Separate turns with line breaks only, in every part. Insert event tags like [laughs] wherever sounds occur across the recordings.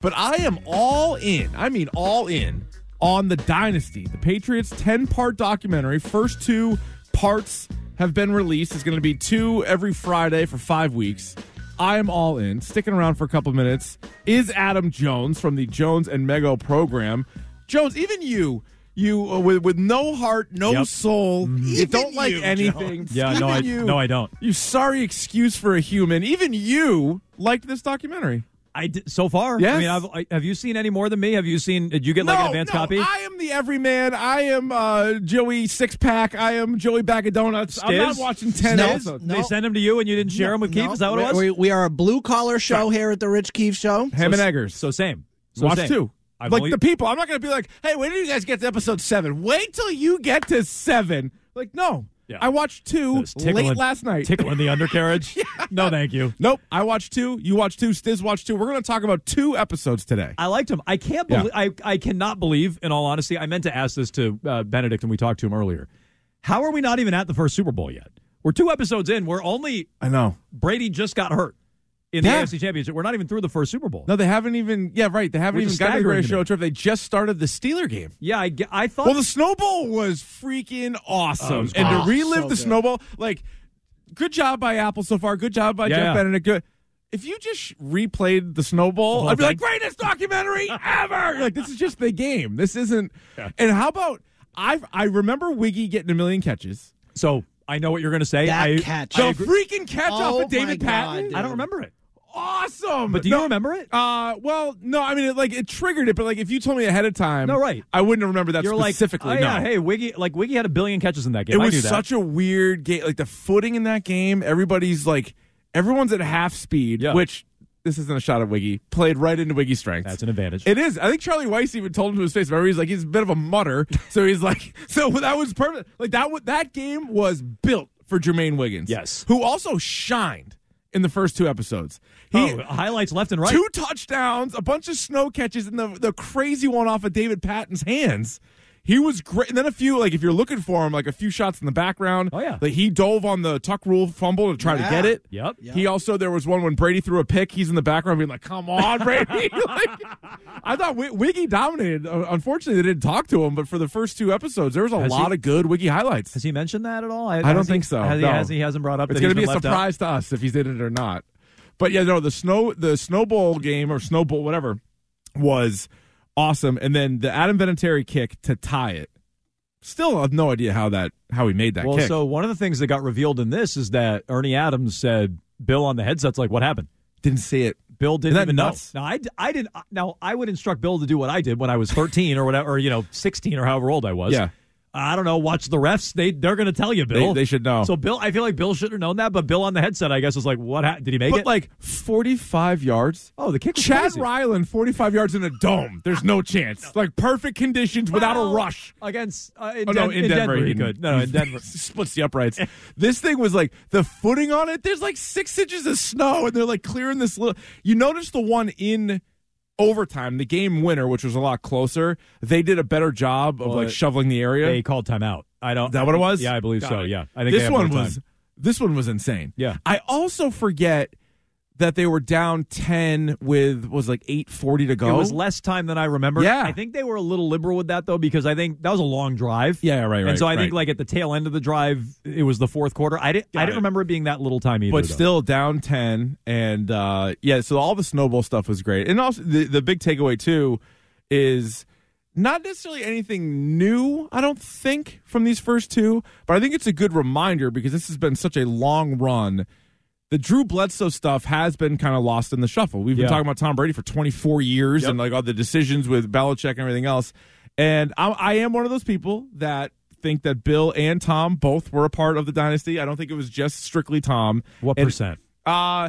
But I am all in. I mean, all in on the Dynasty, the Patriots 10 part documentary. First two parts have been released. It's going to be two every Friday for five weeks. I am all in. Sticking around for a couple minutes is Adam Jones from the Jones and Mego program. Jones, even you, you uh, with, with no heart, no
Yep. Mm-hmm.
soul, you don't like
you,
anything.
Yeah,
Even
no, I-
you,
no, I don't.
You sorry excuse for a human. Even you liked this documentary.
I d- so far.
Yes.
I mean, I've, I, have you seen any more than me? Have you seen? Did you get like an advance
no,
copy?
I am the everyman. I am uh, Joey Six Pack. I am Joey Bag of Donuts. I'm not
Stiz?
watching ten
No.
episodes.
They sent them to you and you didn't share them with Keith. Is that what it was?
We, we are a blue collar show here at the Rich Keefe Show.
Ham and Eggers.
So same. So
Watch
same.
two.
I've
like
only-
the people. I'm not going to be like, hey, when did you guys get to episode seven? Wait till you get to seven. Like, no.
Yeah.
I watched two
It's
late
tickling-
last night.
tickling
[laughs]
the undercarriage. No, thank you.
Nope. I watched two. You watched two. Stiz watched two. We're going to talk about two episodes today.
I liked him. I can't
Yeah.
believe. I, I cannot believe. In all honesty, I meant to ask this to uh, Benedict when we talked to him earlier. How are we not even at the first Super Bowl yet? We're two episodes in. We're only
I know.
Brady just got hurt in the
Yeah.
AFC Championship. We're not even through the first Super Bowl.
No, they haven't even. Yeah, right. They haven't
Which
even
is
gotten to the
staggering
greatest
to me.
show trip. They just started the Steeler game.
Yeah, I, ge- I thought.
Well, the snowball was freaking awesome,
Oh, it was
and to
awesome.
relive
So
the
good.
snowball, like, good job by Apple so far. Good job by
Yeah,
Jeff
yeah.
Benedict. Good. If you just sh- replayed the snowball,
whole
I'd be like,
thing?
greatest
[laughs]
documentary ever. Like, this is just the game. This isn't. And how about I? I remember Wiggy getting a million catches.
so I know what you're going to say.
That
I,
catch.
The
I, agree-
freaking catch off
Oh
of David
my God,
Patton.
dude.
I don't remember it.
Awesome.
But do you remember it?
Uh, well, no. I mean, it, like it triggered it, but like if you told me ahead of time,
No, right.
I wouldn't remember that
You're like
specifically.
Oh,
no.
yeah, hey, Wiggy. Like Wiggy had a billion catches in that game.
It
I
was
knew that.
such a weird game. Like the footing in that game, everybody's like, everyone's at half speed,
Yeah.
which this isn't a shot at Wiggy. Played right into Wiggy's strengths.
That's an advantage.
It is. I think Charlie Weiss even told him to his face. Remember, he's like, he's a bit of a
[laughs]
mutter. So he's like, so that was perfect. Like that. wa- That game was built for Jermaine Wiggins.
Yes.
who also shined in the first two episodes. He.
oh, highlights left and right.
Two touchdowns, a bunch of snow catches, and the the crazy one off of David Patton's hands. He was great. And then a few, like if you're looking for him, like a few shots in the background.
Oh, yeah.
Like he dove on the tuck rule fumble to try to
Yeah.
get it.
Yep.
He also there was one when Brady threw a pick. He's in the background being like, "Come
[laughs]
on, Brady!" [laughs] like, I thought w- Wiggy dominated. Uh, Unfortunately, they didn't talk to him. But for the first two episodes, there was a
Has he-
lot of good Wiggy highlights.
Has he mentioned that at all? I,
I don't
has he-
think so.
Has he,
no.
has he hasn't brought up.
It's
that
going to
he's
be a
been left out?
surprise to us if he's in it or not. But yeah, no, the snow, the snowball game or snowball whatever was awesome, and then the Adam Vinatieri kick to tie it. Still have no idea how that how he made that
Well,
kick.
so one of the things that got revealed in this is that Ernie Adams said Bill on the headset's like, "What happened?"
Didn't see it.
Bill didn't
Isn't that
even
nuts?
know. Now I, d- I didn't. uh, Now I would instruct Bill to do what I did when I was 13 or whatever, or you know, 16 or however old I was.
Yeah.
I don't know. Watch the refs. They they're going to tell you, Bill.
they should know.
Oh, So Bill, I feel like Bill should have known that, but Bill on the headset, I guess, was like, "What ha- did he make
But
it?"
like forty five yards.
oh, the kick. Was
Chad
crazy.
Ryland, forty five yards in a dome. There's no chance. Like perfect conditions without a
Well,
rush.
against uh, in,
Oh no,
Den-
in, Denver,
he
didn't.
could. No, [laughs] no, in Denver.
splits the
[laughs]
uprights. this thing was like the footing on it. There's like six inches of snow, and they're like clearing this little. You notice the one in overtime, the game winner, which was a lot closer. They did a better job of like
But
shoveling the area.
They called timeout. I don't.
Is that what it was?
Yeah, I believe
Got
so.
it.
Yeah, I think they
this
have
one
more time.
was this one was insane.
Yeah.
I also forget that they were down ten with what was it, like eight forty to go.
It was less time than I remember.
Yeah.
I think they were a little liberal with that though, because I think that was a long drive.
yeah, right, right.
and so I
right.
think like at the tail end of the drive, it was the fourth quarter. I didn't.
Got
I didn't
it.
remember it being that little time either.
but
though.
still down 10 and uh yeah so all the snowball stuff was great and also the, the big takeaway too is not necessarily anything new i don't think from these first two but i think it's a good reminder because this has been such a long run the drew bledsoe stuff has been kind of lost in the shuffle we've
Yeah.
been talking about tom brady for 24 years and like all the decisions with Belichick and everything else and I, I am one of those people that think that bill and tom both were a part of the dynasty i don't think it was just strictly tom
what
and-
percent?
uh,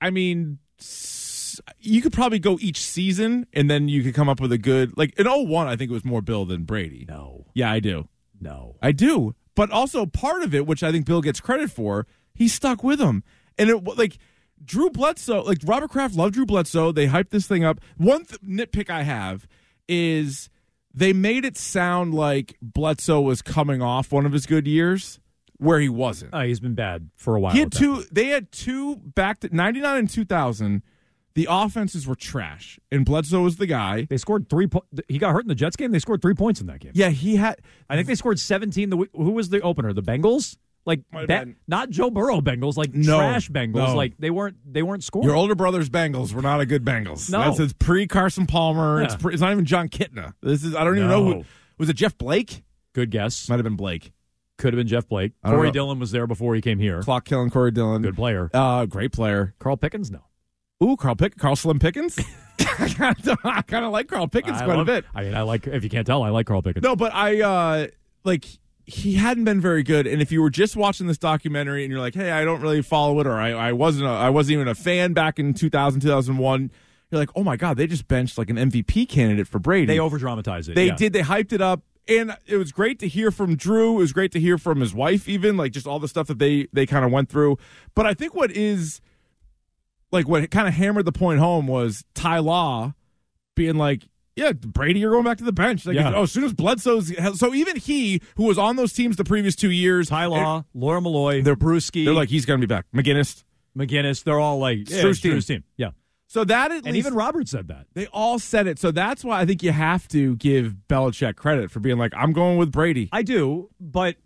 I mean, s- you could probably go each season, and then you could come up with a good like in 01, I think it was more Bill than Brady.
No,
Yeah, I do,
no.
I do. But also part of it, which I think Bill gets credit for, he stuck with him, and it w- like Drew Bledsoe, like Robert Kraft loved Drew Bledsoe. They hyped this thing up. One th- nitpick I have is they made it sound like Bledsoe was coming off one of his good years, where he
Uh,
wasn't.
Oh, he's been bad for a while.
He had
with that.
two. They had two back to 99 and 2000 The offenses were trash, and Bledsoe was the guy.
They scored three. Po- he got hurt in the Jets game. They scored three points in that game.
Yeah, he had.
I think they scored 17. The week- who was the opener? The Bengals. Like
Might have
that,
been.
not Joe Burrow Bengals, like
No,
trash Bengals.
no.
Like they weren't they weren't scoring.
Your older brother's Bengals were not a good Bengals.
No.
That's it's pre Carson Palmer. It's
Yeah.
pre, it's not even John Kitna. This is I don't even know who
No.
was it. Jeff Blake
Good guess.
might have been Blake.
Could have been Jeff Blake.
I don't
Corey
know.
Dillon was there before he came here.
Clock killing Corey Dillon.
Good player.
Uh, great player.
Carl Pickens, no.
Ooh, Carl Pick Carl Slim Pickens. [laughs] I kind of like Carl Pickens
I
quite a
love-
bit.
I mean, I like if you can't tell, I like Carl Pickens.
No, but I uh like he hadn't been very good. And if you were just watching this documentary and you're like, hey, I don't really follow it, or I, I wasn't a, I wasn't even a fan back in 2000, 2001, you're like, oh my god, they just benched like an MVP candidate for Brady.
They over dramatize it.
They
yeah.
did. They hyped it up, and it was great to hear from Drew. It was great to hear from his wife, even like just all the stuff that they they kind of went through. But I think what is like what kind of hammered the point home was Ty Law being like. Yeah, Brady, you're going back to the bench. Like,
Yeah.
oh, as soon as Bledsoe's so even he who was on those teams the previous two years,
Ty Law, Laura Malloy,
They're-
Brewski,
they're like he's going to be back. McGinnis.
McGinnis. They're all like yeah,
Drew's
it's
team.
Drew's team. Yeah,
So that at
and
least
even Robert said that.
they all said it. So that's why I think you have to give Belichick credit for being like, I'm going with Brady.
I do, but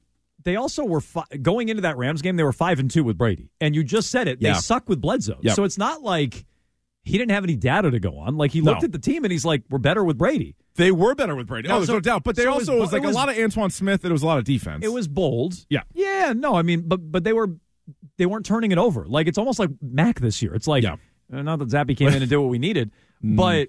they also were fi- going into that Rams game. They were five and two with Brady, and you just said it.
Yeah.
They suck with Bledsoe,
Yep.
so it's not like he didn't have any data to go on. Like he
No.
looked at the team and he's like, "We're better with Brady."
They were better with Brady.
No,
oh, there's
so-
no doubt. But they
so it was
also
bo-
was, like
it was-
a lot of Antoine Smith. and It was a lot of defense.
It was bold.
Yeah.
yeah. No, I mean, but but they were they weren't turning it over. Like it's almost like Mac this year. It's like
Yeah. Mm.
uh, not that Zappy came in and did what
[laughs]
we needed, but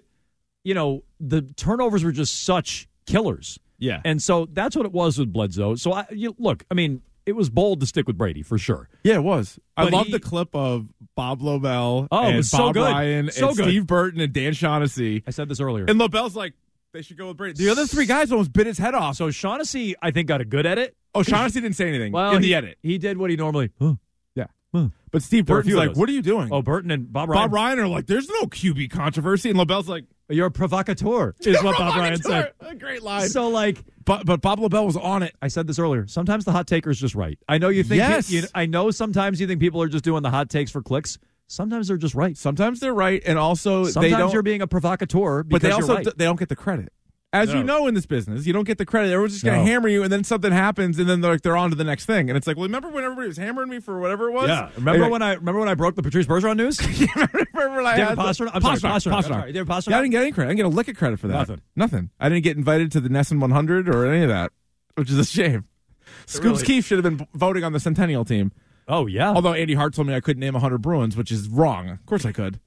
you know the turnovers were just such killers.
yeah,
And so that's what it was with Bledsoe. So I you, look, I mean, it was bold to stick with Brady for sure.
yeah, it was. I
But
love
he-
the clip of Bob Lobel
Oh, it
and
was so
Bob
good.
Ryan
So
and
good.
Steve Burton and Dan Shaughnessy.
I said this earlier.
And Lobel's like, they should go with Brady. The other three guys almost bit his head off. So,
so Shaughnessy, I think, got a good edit.
oh, Shaughnessy didn't say anything
Well,
in
he,
the edit.
he did what he normally. Huh,
Yeah,
huh.
but Steve
There were a
Burton's
few of
like,
those.
what are you doing?
Oh, Burton and Bob Ryan.
Bob Ryan are like, there's no QB controversy, and Lobel's like,
You're a provocateur, is what Bob Ryan said.
[laughs] A great line.
So like,
but but Bob Lobel was on it.
I said this earlier. Sometimes the hot taker is just right. I know you think.
Yes.
you- I know sometimes you think people are just doing the hot takes for clicks. Sometimes they're just right.
Sometimes they're right, and also they
Sometimes
don't.
you're being a provocateur, because
but they
you're
also
right.
d- they don't get the credit. As you
No.
know, in this business, you don't get the credit. Everyone's just gonna
No.
hammer you, and then something happens, and then they're like they're on to the next thing. And it's like, well, remember when everybody was hammering me for whatever it was?
yeah.
[laughs]
Remember
And-
when I remember when I broke the Patrice
[laughs]
Bergeron news?
remember when I
David
had the-
Pasternak? I'm sorry, Pasternak. I'm
Pasternak.
sorry, David Pasternak?
Yeah, I didn't get any credit. I didn't get a lick of credit for that.
Nothing.
Nothing. I didn't get invited to the Nesson 100 or any of that, which is a shame. Scoops
really-
Keefe should have been b- voting on the Centennial team.
oh yeah.
Although Andy Hart told me I couldn't name 100 Bruins, which is wrong. Of course I could.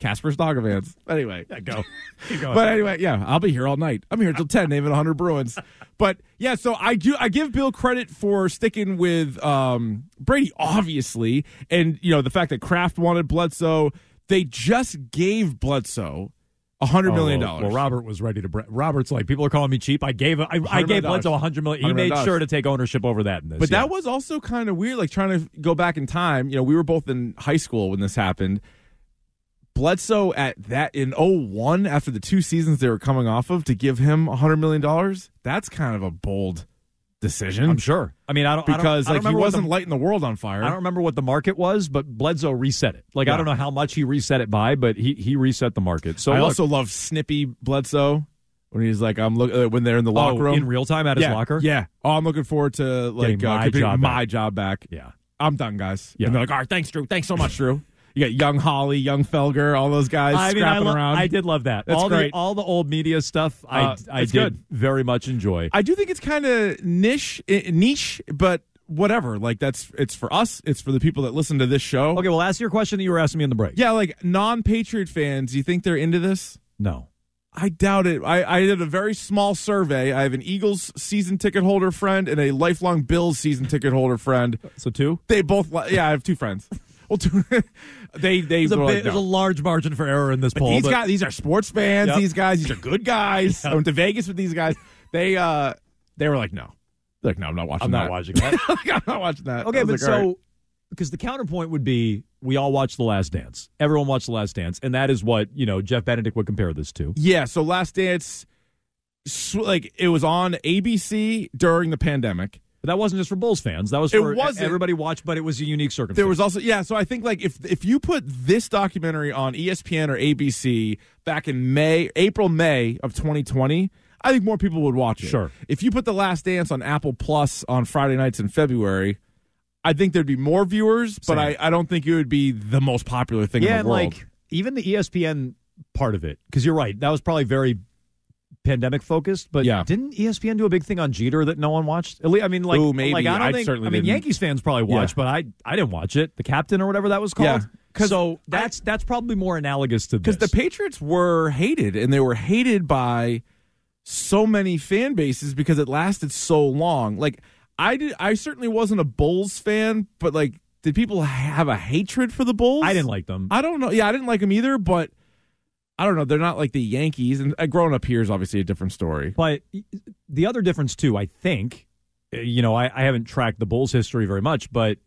Casper's Dogovans. Anyway, [laughs]
go. Keep going.
But anyway, yeah, I'll be here all night. I'm here till ten, naming 100 Bruins. But yeah, so I do. I give Bill credit for sticking with um, Brady, obviously, and you know the fact that Kraft wanted Bledsoe. They just gave Bledsoe a hundred million
Oh,
dollars.
Well, Robert was ready to. Bre- Robert's like, people are calling me cheap. I gave I, I
$100 million
gave Bledsoe a hundred million. He
$100 million
made sure to take ownership over that. In this,
But
yeah.
that was also kind of weird, like trying to go back in time. You know, we were both in high school when this happened. Bledsoe at that in 01 after the two seasons they were coming off of to give him a $100 million, that's kind of a bold decision.
I'm sure. I mean, I don't I don't-
because
I don't
like he
remember what the-
wasn't lighting the world on fire.
I don't remember what the market was, but Bledsoe reset it. Like
Yeah.
I don't know how much he reset it by, but he he reset the market. So
I
look,
also love Snippy Bledsoe when he's like, "I'm look uh, when they're in the
oh,
locker room."
in real time at his
yeah,
locker.
yeah. Oh, I'm looking forward to like
Getting
uh,
my
completing
job
my job back.
yeah.
I'm done, guys.
Yeah.
And they're like, "All right, thanks, Drew. Thanks so much, Drew." You got young Holly, young Felger, all those guys
I mean, I,
scrapping
lo-
around.
I did love that.
That's
all
great.
the all the old media stuff, I
Uh,
I
it's
did
good.
very much enjoy.
I do think it's kind of niche, i- niche, but whatever. Like that's it's for us. It's for the people that listen to this show.
okay, well, ask your question that you were asking me in the break.
Yeah, like non-patriot fans. You think they're into this?
No.
I doubt it. I, I did a very small survey. I have an Eagles season ticket holder friend and a lifelong Bills season ticket holder friend.
So two.
They both, li- yeah, I have two friends. [laughs] Well, two, they they
There's a,
were
big,
like,
there's a
no.
large margin for error in this poll.
these
but-
guys, these are sports fans.
Yep.
These guys, these are good
[laughs]
guys. I went to Vegas with these guys. They uh, they were like, no, They're like no, I'm not watching.
I'm
that.
not watching that.
watching. [laughs] I'm not watching that. I
[laughs] Okay,
was
but
like, all right.
so because the counterpoint would be we all watched The Last Dance. Everyone watched The Last Dance, and that is what you know Jeff Benedict would compare this to.
yeah, so Last Dance, sw- like it was on ABC during the pandemic.
But that wasn't just for Bulls fans. That was
It
for e-,
wasn't.
everybody watched, but it was a unique circumstance.
There was also yeah, so I think like if if you put this documentary on E ESPN or ABC back in May, April May of 2020, I think more people would watch it.
Sure.
If you put The Last Dance on Apple Plus on Friday nights in February, I think there'd be more viewers,
Same.
but I, I don't think it would be the most popular thing
yeah,
in
and
the world.
like even the E ESPN part of it, because you're right, that was probably very pandemic focused. But
Yeah.
didn't E ESPN do a big thing on Jeter that no one watched? At least, I mean, like,
Ooh, maybe.
like, I don't
I
think.
certainly
I mean,
didn't.
Yankees fans probably
Yeah.
watched, but I I didn't watch it. The captain or whatever that was
Yeah.
called. so that's that's probably more analogous to this.
because the Patriots were hated, and they were hated by so many fan bases because it lasted so long. Like I did, I certainly wasn't a Bulls fan, but like, did people have a hatred for the Bulls?
I didn't like them.
I don't know. Yeah, I didn't like them either, but. I don't know. They're not like the Yankees, and uh, growing up here is obviously a different story.
But the other difference too, I think, uh, you know, I, I haven't tracked the Bulls' history very much, but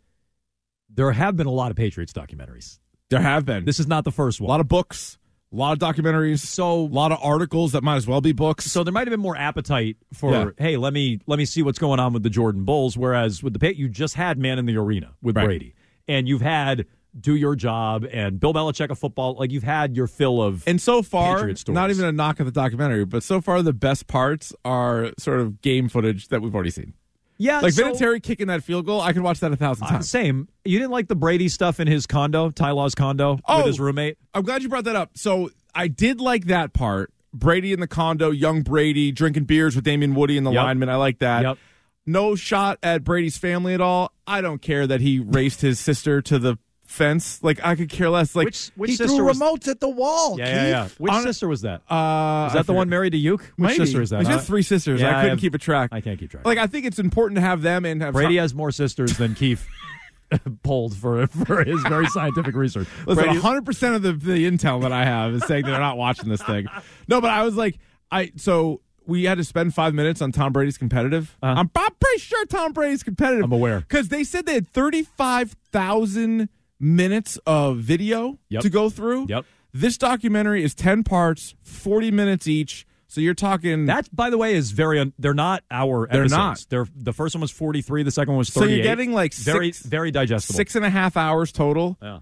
there have been a lot of Patriots documentaries.
There have been
This is not the first
a
one.
lot of books, a lot of documentaries, so a lot of articles that might as well be books.
So there might have been more appetite for,
Yeah.
hey, let me let me see what's going on with the Jordan Bulls. Whereas with the Pat, you just had man in the arena with
Right.
Brady, and you've had do your job and Bill Belichick of football. Like you've had your fill of
And so far,
Patriot stories.
not even a knock at the documentary, but so far the best parts are sort of game footage that we've already seen.
yeah,
Like
Uh, so-
Vinatieri kicking that field goal, I can watch that a thousand
Uh,
times.
Same. You didn't like the Brady stuff in his condo, Ty Law's condo
Oh.
with his roommate.
I'm glad you brought that up. So I did like that part. Brady in the condo, young Brady drinking beers with Damian Woody and the
Yep.
lineman. I like that.
Yep.
No shot at Brady's family at all. I don't care that he raced his sister to the fence. Like I could care less. Like
Which which
he
sister
threw
was
remotes at the wall.
Yeah,
Keith.
yeah, yeah. Which
Hon-
sister was that?
uh,
Is that the one married to Uke? Which
Maybe.
sister is that?
He's
I-
got three sisters.
Yeah,
I
I
couldn't
have-
keep a track.
I can't keep track.
Like I think it's important to have them and have
Brady has more sisters than Keith [laughs] pulled for for his very scientific research.
[laughs] Listen,
Brady-
100% of the, the intel that I have is saying they're not watching this thing. No, but I was like, I so we had to spend five minutes on Tom Brady's competitive.
Uh-huh.
I'm, I'm pretty sure Tom Brady's competitive.
I'm aware.
Because they said they had 35,000 minutes of video
Yep.
to go through.
Yep.
This documentary is 10 parts, 40 minutes each. So you're talking.
that, by the way, is very. Un- they're not our.
They're
episodes.
not.
They're the first one was forty three. The second one was
so
thirty eight.
you're getting like
very
six,
very digestible.
six and a half hours total.
Yeah.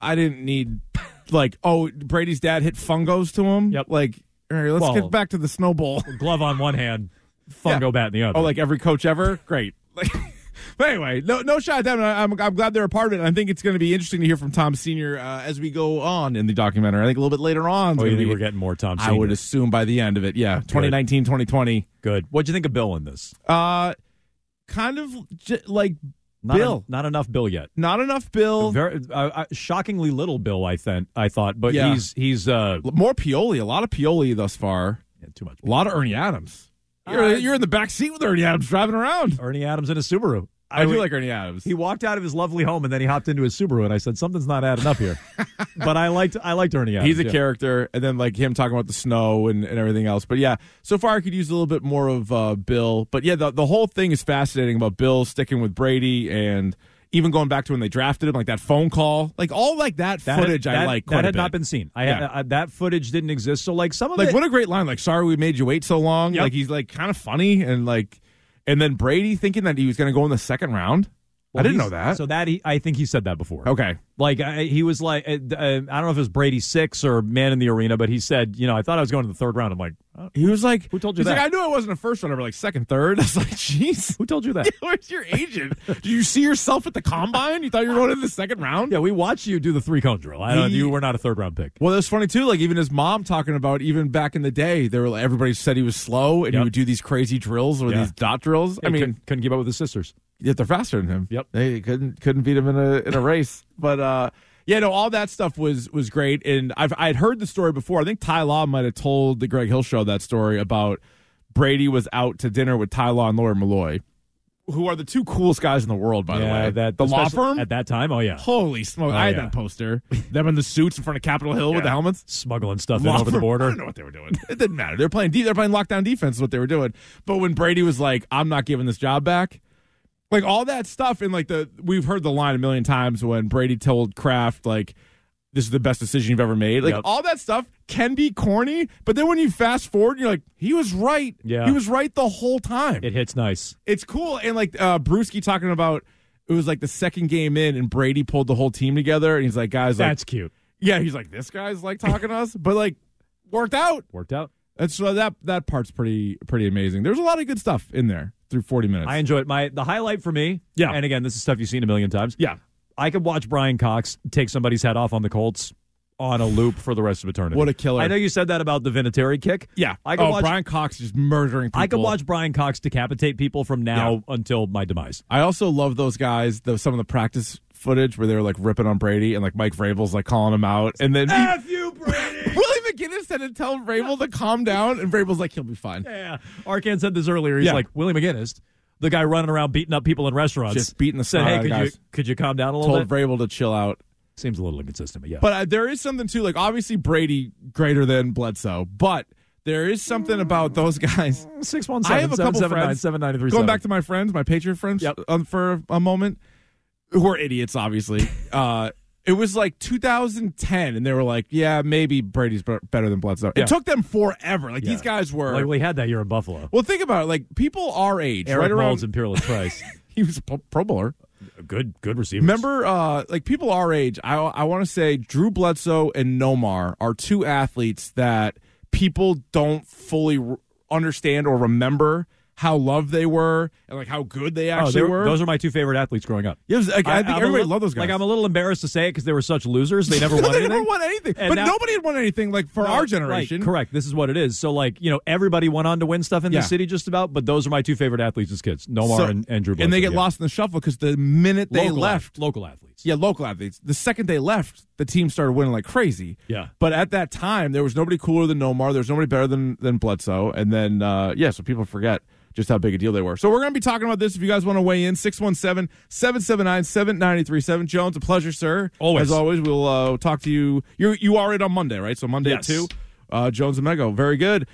I didn't need like oh Brady's dad hit fungos to him.
Yep.
Like all right, let's
Well-
get back to the snowball.
Glove on one hand, fungo
Yeah.
bat in the other.
oh, like every coach ever. Great. [laughs] Like, but anyway, no no shot at them. and I- I'm I'm glad they're a part of it. And I think it's going to be interesting to hear from Tom Senior uh, as we go on in the documentary. I think a little bit later on. it's
oh, you
gonna
think
be-
we're getting more Tom?
I would
Senior?
assume by the end of it, yeah, 2019, 2020.
Good. What'd you think of Bill in this?
Uh, kind of j- like
Not
Bill.
not enough Bill yet.
not enough Bill,
Very uh, uh, shockingly little Bill. I think I thought, but
Yeah.
he's he's uh
more Pioli, a lot of Pioli thus far.
yeah, too much.
A lot of Ernie Adams. You're,
Uh,
you're in the back seat with Ernie Adams driving around.
Ernie Adams in a Subaru.
I, do
would-
like Ernie Adams.
He walked out of his lovely home and then he hopped into his Subaru and I said something's not adding
[laughs]
up here. but I liked I liked Ernie. Adams,
He's a
yeah.
character, and then like him talking about the snow and, and everything else. But yeah, so far I could use a little bit more of uh, Bill. But yeah, the, the whole thing is fascinating about Bill sticking with Brady and even going back to when they drafted him, like that phone call, like all like that,
That had-
footage. I
that-
like quite
that
a
had not
bit.
been seen. I,
Yeah.
I- that footage didn't exist. So like some of
like
it,
what a great line. Like sorry we made you wait so long.
Yep.
Like he's like kind of funny and like and then Brady thinking that he was going to go in the second round. I didn't know
he's-
that.
So that he, I think he said that before.
okay,
Like I, he was like uh, uh, I don't know if it was Brady six or man in the arena, but he said you know I thought I was going to the third round. I'm like uh,
He was like,
Who told you
he's
that?
Like, I knew it wasn't a first runner, but like second, third. [laughs] I was like, jeez,
who told
[laughs]
you that?
where's your [laughs] agent? Did you see yourself at the combine? You thought you were going in the second round?
yeah, we watched you do the three cone drill. I don't,
He-
you were not a third round pick.
Well, that's funny too. Like even his mom talking about even back in the day, there were like, everybody said he was slow and
Yep.
he would do these crazy drills or
Yeah.
these dot drills. I
He
mean,
couldn't, couldn't keep up with his sisters.
yet they're faster than him.
Yep.
They couldn't couldn't beat him in a in a race. But uh yeah, no, all that stuff was was great. And I've I had heard the story before. I think Ty Law might have told the Greg Hill show that story about Brady was out to dinner with Ty Law and Laura Malloy, who are the two coolest guys in the world, by
yeah,
the way.
that
the law
especially
firm?
at that time. Oh yeah,
Holy smoke. I had
yeah.
that poster. Them in the suits in front of Capitol Hill with the helmets
smuggling stuff in
law
over the
firm- [laughs] I
border.
don't know what they were doing. It didn't matter. They're playing. De- they're playing lockdown defense. Is what they were doing. But when Brady was like, "I'm not giving this job back," like all that stuff, and like the we've heard the line a million times when Brady told Kraft like. this is the best decision you've ever made. Like
Yep.
all that stuff can be corny, but then when you fast forward, you're like, he was right.
Yeah.
He was right the whole time.
It hits nice.
it's cool. And like uh Brewski talking about it was like the second game in and Brady pulled the whole team together and he's like, guys, like,
That's cute.
yeah, he's like, this guy's like talking to us, but like worked out.
Worked out.
And so that that part's pretty pretty amazing. There's a lot of good stuff in there through 40 minutes.
I enjoy it. My the highlight for me.
Yeah.
And again, this is stuff you've seen a million times.
yeah.
I could watch Brian Cox take somebody's head off on the Colts on a loop for the rest of eternity.
What a killer.
I know you said that about the Vinatieri kick.
Yeah.
I could
oh,
watch
Brian Cox just murdering people.
I could watch Brian Cox decapitate people from now
Yeah.
until my demise.
I also love those guys, though some of the practice footage where they were like ripping on Brady and like Mike Vrabel's like calling him out and then [laughs]
F you, Brady.
Willie McGinnis had to tell Vrabel to calm down and Vrabel's like, he'll be fine.
yeah. Arkan said this earlier. He's
Yeah.
like Willie McGinnis, the guy running around beating up people in restaurants,
Just beating the
said,
snot
"Hey,
out of
could you
guys."
could you calm down a little
Told
bit?"
Vrabel to chill out.
Seems a little inconsistent, but yeah.
But uh, there is something too, like obviously Brady greater than Bledsoe, but there is something about those [laughs] guys.
six one
I have
seven
a
seven
couple
seven nine
friends.
seven ninety three.
Going back to my friends, my Patriot friends,
Yep.
um, for a moment, who are idiots,
[laughs]
obviously. uh, it was like 2010, and they were like, "Yeah, maybe Brady's be- better than Bledsoe."
Yeah.
It took them forever. Like
Yeah.
these guys were.
like we had that year in Buffalo.
well, think about it. Like people our age,
Eric
right around.
Mullins and Peerless Price.
[laughs] he was a pro, pro bowler.
[laughs] good good receivers.
Remember, uh, like people our age, I, I want to say Drew Bledsoe and Nomar are two athletes that people don't fully r understand or remember how loved they were and like how good they
Oh,
actually
they were-
were.
those are my two favorite athletes growing up.
It was- like, I, think
I'm a
everybody
little-
loved those guys.
Like I'm a little embarrassed to say it because they were such losers.
[laughs]
They never won
they
anything.
never won anything,
And
but
now-
nobody had won anything like for
No,
our
right,
generation.
correct. This is what it is. So like you know everybody went on to win stuff in
Yeah.
the city just about. But those are my two favorite athletes as kids: Nomar
So-
and, and Drew.
and they
Bledsoe,
get
yeah.
lost in the shuffle because the minute they
Local
left,
ath- local athletes.
Yeah, local athletes. The second they left, the team started winning like crazy.
Yeah.
But at that time, there was nobody cooler than Nomar. There was nobody better than than Bledsoe. And then, uh, yeah, so people forget just how big a deal they were. So we're going to be talking about this if you guys want to weigh in. 617 779 7937. Jones, a pleasure, sir.
Always.
As always, we'll uh, talk to you. You're, you are it on Monday, right? So Monday
Yes.
at 2. Uh, Jones and Mego. Very good.